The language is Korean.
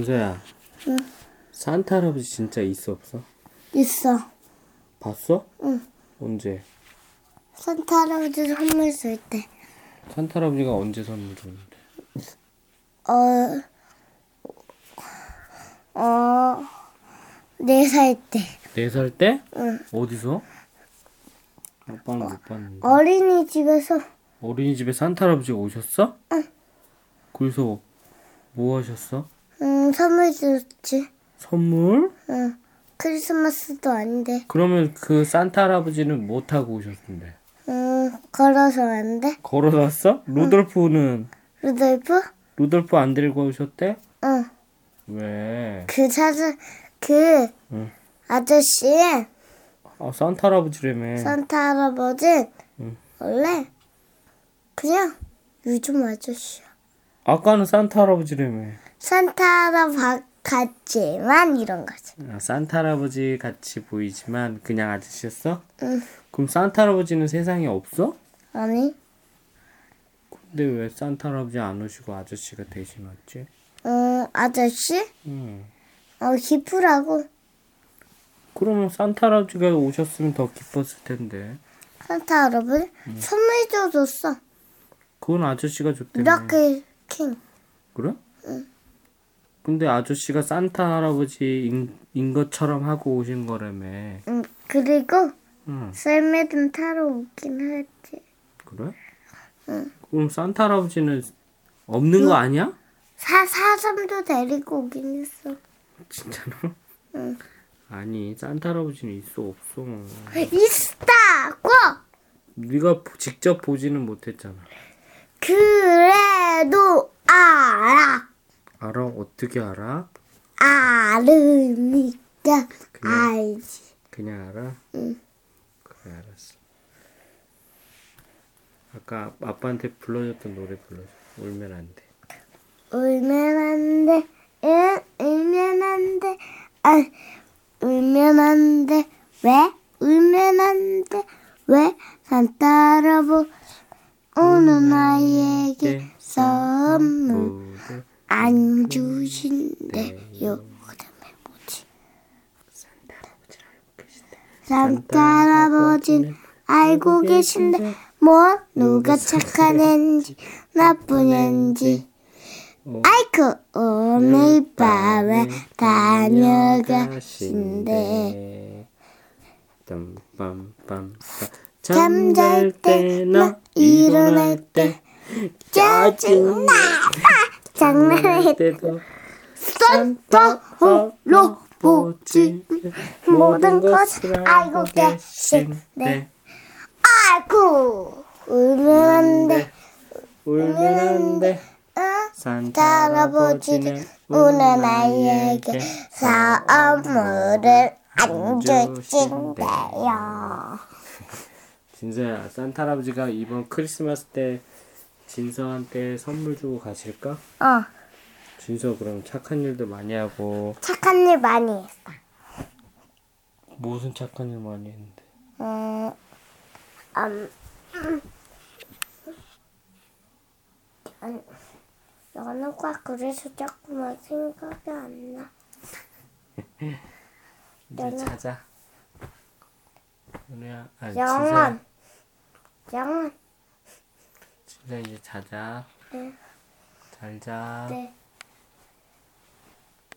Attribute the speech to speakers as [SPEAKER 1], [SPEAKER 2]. [SPEAKER 1] 진서야.
[SPEAKER 2] 응.
[SPEAKER 1] 산타 할아버지 진짜 있어 없어?
[SPEAKER 2] 있어.
[SPEAKER 1] 봤어?
[SPEAKER 2] 응.
[SPEAKER 1] 언제?
[SPEAKER 2] 산타 할아버지 선물 줄 때.
[SPEAKER 1] 산타 할아버지가 언제 선물 줬는데?
[SPEAKER 2] 어, 어, 네 살 때.
[SPEAKER 1] 네 살 때?
[SPEAKER 2] 응. 어.
[SPEAKER 1] 어디서? 아빠는 못 봤는데.
[SPEAKER 2] 어린이집에서
[SPEAKER 1] 어린이집에 산타 할아버지가 오셨어? 응. 그래서 뭐 하셨어?
[SPEAKER 2] 음, 선물 줬지.
[SPEAKER 1] 선물?
[SPEAKER 2] 응. 크리스마스도 아닌데.
[SPEAKER 1] 그러면 그 산타 할아버지는 뭐 타고 오셨는데?
[SPEAKER 2] 음, 걸어서 왔는데.
[SPEAKER 1] 걸어서 왔어? 루돌프는
[SPEAKER 2] 루돌프?
[SPEAKER 1] 루돌프 안 데리고 오셨대?
[SPEAKER 2] 응.
[SPEAKER 1] 왜?
[SPEAKER 2] 그 찾은, 그
[SPEAKER 1] 응.
[SPEAKER 2] 아저씨,
[SPEAKER 1] 아 산타 할아버지라며.
[SPEAKER 2] 산타 할아버지,
[SPEAKER 1] 응.
[SPEAKER 2] 원래 그냥 요즘 아저씨야.
[SPEAKER 1] 아까는 산타 할아버지라며.
[SPEAKER 2] 산타랑 바, 같지만 이런 거지.
[SPEAKER 1] 아, 산타 할아버지 같이 보이지만 그냥 아저씨였어?
[SPEAKER 2] 응.
[SPEAKER 1] 그럼 산타 할아버지는 세상에 없어?
[SPEAKER 2] 아니,
[SPEAKER 1] 근데 왜 산타 할아버지 안 오시고 아저씨가 대신 왔지?
[SPEAKER 2] 어, 아저씨?
[SPEAKER 1] 음.
[SPEAKER 2] 어, 기쁘라고.
[SPEAKER 1] 그러면 산타 할아버지가 오셨으면 더 기뻤을 텐데.
[SPEAKER 2] 산타 할아버지 선물 줘줬어.
[SPEAKER 1] 그건 아저씨가 줬대네.
[SPEAKER 2] 미라클 킹.
[SPEAKER 1] 그래? 응. 근데 아저씨가 산타 할아버지인 인 것처럼 하고 오신 거라며.
[SPEAKER 2] 음, 그리고
[SPEAKER 1] 응.
[SPEAKER 2] 썰매 좀 타러 오긴 하지.
[SPEAKER 1] 그래? 응. 그럼 산타 할아버지는 없는 거 아니야?
[SPEAKER 2] 사, 사슴도 데리고 오긴 했어.
[SPEAKER 1] 진짜로? 응. 아니 산타 할아버지는 있어 없어.
[SPEAKER 2] 있다고!
[SPEAKER 1] 네가 보- 직접 보지는 못했잖아.
[SPEAKER 2] 그래도 알아.
[SPEAKER 1] 알아? 어떻게 알아?
[SPEAKER 2] 알으니까
[SPEAKER 1] 그냥-
[SPEAKER 2] 알지.
[SPEAKER 1] 그냥 알아?
[SPEAKER 2] 응.
[SPEAKER 1] 그래 알았어. 아까 아- 아빠한테 불러줬던 노래 불러줘. 울면 안 돼.
[SPEAKER 2] 울면 안 돼, 응, 울면 안 돼, 아, 울면 안 돼, 왜? 울면 안 돼, 왜? 산타 할아버 오는 아이에게 선물
[SPEAKER 1] 모두
[SPEAKER 2] 안 주신대요. 그다음에 뭐지? 산타 할아버지는 알고 계신데 뭐 누가 착한 앤지 나쁜 앤지 아이쿠 오늘 밤에 다녀가신대
[SPEAKER 1] 빰빰빰
[SPEAKER 2] 잠잘 때나 일어날 때 짜증나 아, 장난해
[SPEAKER 1] 때도 어,
[SPEAKER 2] 산타 어, 할아버지 모든 것을 알고 계신데 아이쿠 울면 안돼
[SPEAKER 1] 울면 안돼
[SPEAKER 2] 응?
[SPEAKER 1] 산타
[SPEAKER 2] 할아버지는 우는 아이에게 선물을 안 주신대요.
[SPEAKER 1] 진서야 산타 할아버지가 이번 크리스마스 때 진서한테 선물 주고 가실까?
[SPEAKER 2] 어,
[SPEAKER 1] 진서 그럼 착한 일도 많이 하고
[SPEAKER 2] 착한 일 많이 했어.
[SPEAKER 1] 무슨 착한 일 많이 했는데
[SPEAKER 2] 음, 음, 음. 연어가 그래서 자꾸만 생각이 안 나.
[SPEAKER 1] 이제
[SPEAKER 2] 연아.
[SPEAKER 1] 찾아 은우야 아 진서야
[SPEAKER 2] 영원, 영원.
[SPEAKER 1] 진서 이제 자자
[SPEAKER 2] 네.
[SPEAKER 1] 잘자
[SPEAKER 2] 네.